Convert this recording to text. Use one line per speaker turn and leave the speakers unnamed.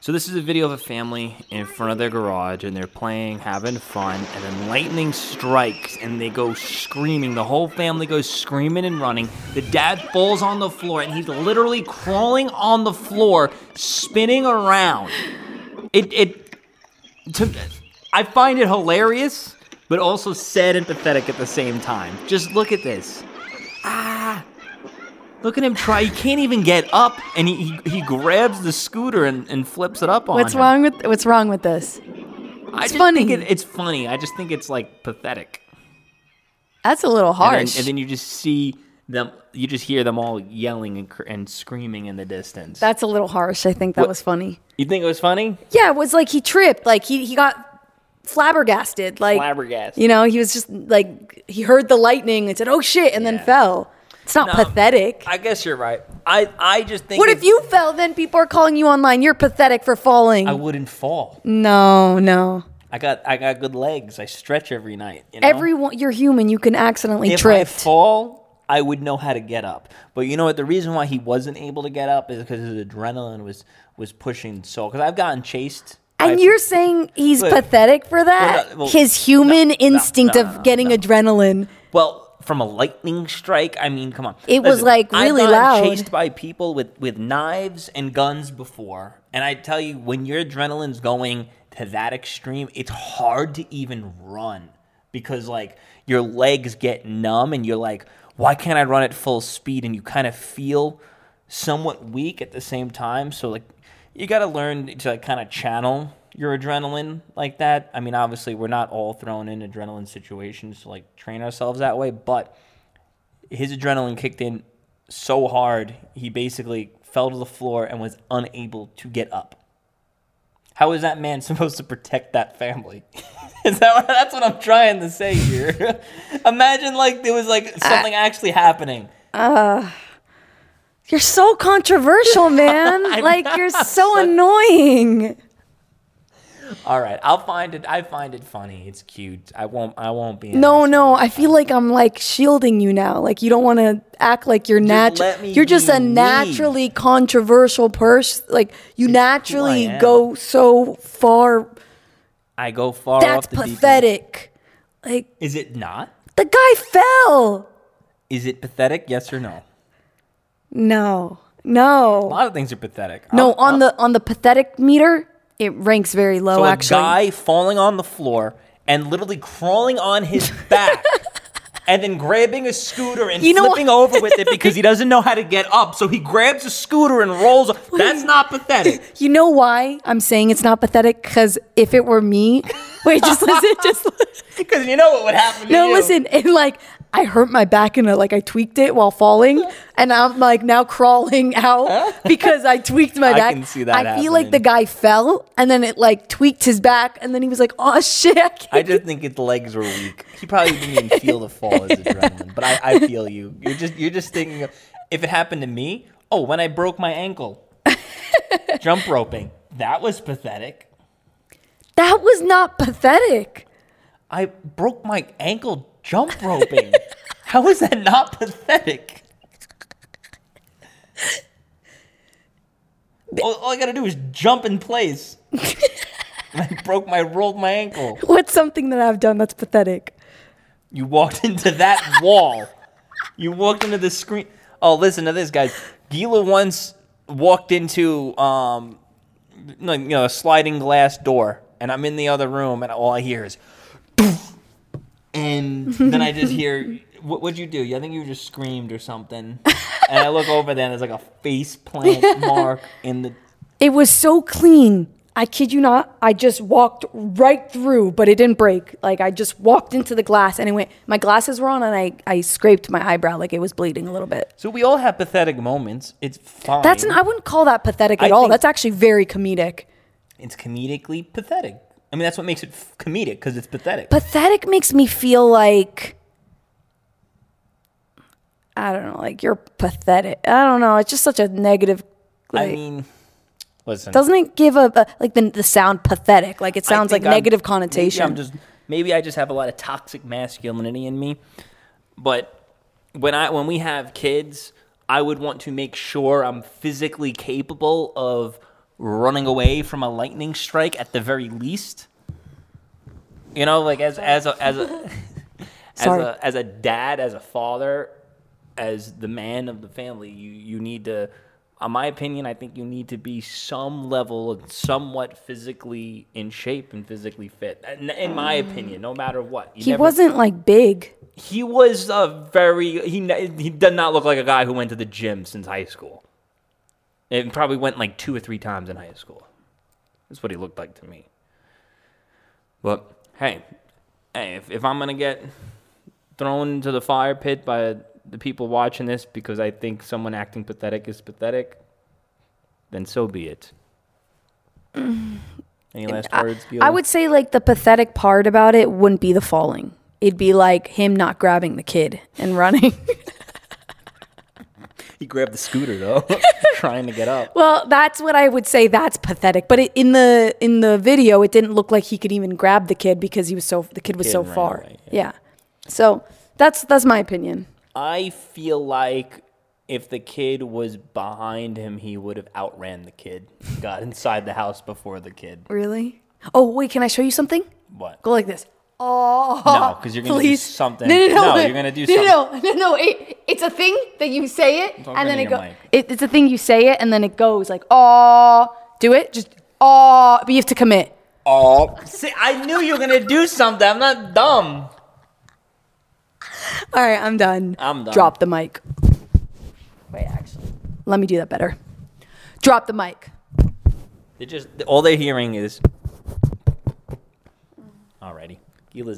So this is a video of a family in front of their garage and they're playing, having fun, and then lightning strikes and they go screaming. The whole family goes screaming and running. The dad falls on the floor and he's literally crawling on the floor, spinning around. It it to, I find it hilarious, but also sad and pathetic at the same time. Just look at this. Ah, Look at him try. He can't even get up, and he he, he grabs the scooter and, and flips it up on
What's
him.
wrong with What's wrong with this?
I
It's
just think
funny.
it- it's funny. I just think it's like pathetic.
That's a little
And then-
harsh.
And then, you just see them. You just hear them all yelling and, cr- and screaming in the distance.
That's a little harsh. I think that
What-
was funny.
you think it was funny?
Yeah, it was like he tripped. Like he, he got flabbergasted. Like
Flabbergasted.
You know, he was just like he heard the lightning and said, "Oh shit!" and
Yeah.
then fell. It's not
No.
pathetic.
I guess you're right. I I just think.
what if you fell? Then people are calling you online. You're pathetic for falling.
I wouldn't fall.
no, no.
I got I got good legs. I stretch every night. You know?
Everyone, you're human. You can accidentally
if
trip.
I fall, I would know how to get up. But you know what? The reason why he wasn't able to get up is because his adrenaline was was pushing so. Because I've gotten chased.
and
by-
you're saying he's
Wait.
pathetic for that?
no, well,
His human
no, no,
instinct
no, no,
of getting adrenaline.
well from a lightning strike. I mean, come on.
It was, like,
I've
really
gotten
loud.
Chased by people with with knives and guns before, and I tell you, when your adrenaline's going to that extreme, it's hard to even run because like your legs get numb, and you're like, why can't I run at full speed? And you kind of feel somewhat weak at the same time. So like, you got to learn to like, kind of channel your adrenaline like that. I mean, obviously, we're not all thrown in adrenaline situations to like train ourselves that way, but his adrenaline kicked in so hard he basically fell to the floor and was unable to get up. How is that man supposed to protect that family? is that what, that's what I'm trying to say here? Imagine like there was like something actually happening.
You're so controversial, man.
I'm
like you're
not
so
so-
annoying.
All right, I'll find it. I find it funny. It's cute. I won't. I won't be. an
No,
asshole.
no. I feel like I'm like shielding you now. Like you don't want to act like you're natural.
let me
You're just
be
a
me.
naturally controversial person. Like you naturally
am.
go so far.
I go far
That's
off the deep end.
pathetic. Like
Is it not?
the guy fell.
Is it pathetic? Yes or no?
No,
A
no,
lot of things are pathetic.
no.
I'll-
On the on the pathetic meter, it ranks very low.
So a
actually,
guy falling on the floor and literally crawling on his back. And then grabbing a scooter and
You know
flipping over with it because he doesn't know how to get up. So he grabs a scooter and rolls. up. That's not pathetic.
You know why I'm saying it's not pathetic? Because if it were me, wait, just listen, just
Because you know what would happen. To
no,
you.
listen, and like I hurt my back and uh, like I tweaked it while falling, and I'm like now crawling out because I tweaked my
I
back.
can see that
I feel like the
happening.
guy fell and then it like tweaked his back, and then he was like, "Oh shit, I can't
I just think his legs were weak. He probably didn't even feel the fall as adrenaline. But I, I feel you. You're just you're just thinking of, if it happened to me. Oh, when I broke my ankle, jump roping. That was pathetic.
That was not pathetic.
I broke my ankle jump roping. How is that not pathetic? All, all I gotta do is jump in place. I broke my rolled my ankle.
What's something that I've done that's pathetic?
You walked into that wall. You walked into the screen. Oh, listen to this, guys. Gila once walked into um, like, you know, a sliding glass door, and I'm in the other room, and all I hear is, and then I just hear, what, what'd you do? I think you just screamed or something. And I look over there, and there's like a face plant mark in the.
It was so clean. I kid you not. I just walked right through, but it didn't break. Like I just walked into the glass and it went. My glasses were on, and I I scraped my eyebrow like it was bleeding a little bit.
So we all have pathetic moments. It's fine.
That's an, I wouldn't call that pathetic
I
at all.
think-
That's actually very comedic.
it's comedically pathetic. I mean, that's what makes it f- comedic because it's pathetic.
Pathetic makes me feel like I don't know, like you're pathetic. I don't know. It's just such a negative. Like,
I mean, listen.
doesn't it give a, a like the the sound pathetic? Like it
I
sounds like
think I'm-
negative
maybe
connotation.
I'm just maybe I just have a lot of toxic masculinity in me. But when I when we have kids, I would want to make sure I'm physically capable of running away from a lightning strike at the very least. You know, like as as a as a as
Sorry.
a as a dad, as a father, as the man of the family, you you need to in my opinion, I think you need to be some level and somewhat physically in shape and physically fit. In in my opinion, no matter what. You
Mm. He
never-
wasn't like big.
he was a very he n- he did not look like a guy who went to the gym since high school. It probably went like two or three times in high school. That's what he looked like to me. But hey, hey, if, if I'm gonna get thrown into the fire pit by the people watching this because I think someone acting pathetic is pathetic, then so be it. Any last words?
I
Gil?
would say like the pathetic part about it wouldn't be the falling. It'd be like him not grabbing the kid and running.
He grabbed the scooter though, trying to get up.
well, that's what I would say. That's pathetic. But it, in the in the video, it didn't look like he could even grab the kid because he was so the kid was
Kid
so
ran
far.
away,
yeah. So that's that's my opinion.
I feel like if the kid was behind him, he would have outran the kid, got inside the house before the kid.
Really? Oh wait, can I show you something?
What?
Go like this. Oh
No, 'cause you're gonna do
please.
something.
No, no, no,
No, you're gonna do
No, no, no, no. It, it's a thing that you say it
Talk into
and then it
your
goes.
mic.
It, it's a thing you say it and then it goes like oh. Do it. Just oh, but you have to commit.
Oh, see, I knew you were gonna do something. I'm not dumb.
All right, I'm done.
I'm done.
Drop the mic. Wait, actually, let me do that better. Drop the mic.
They just all they're hearing is. Alrighty, Gila's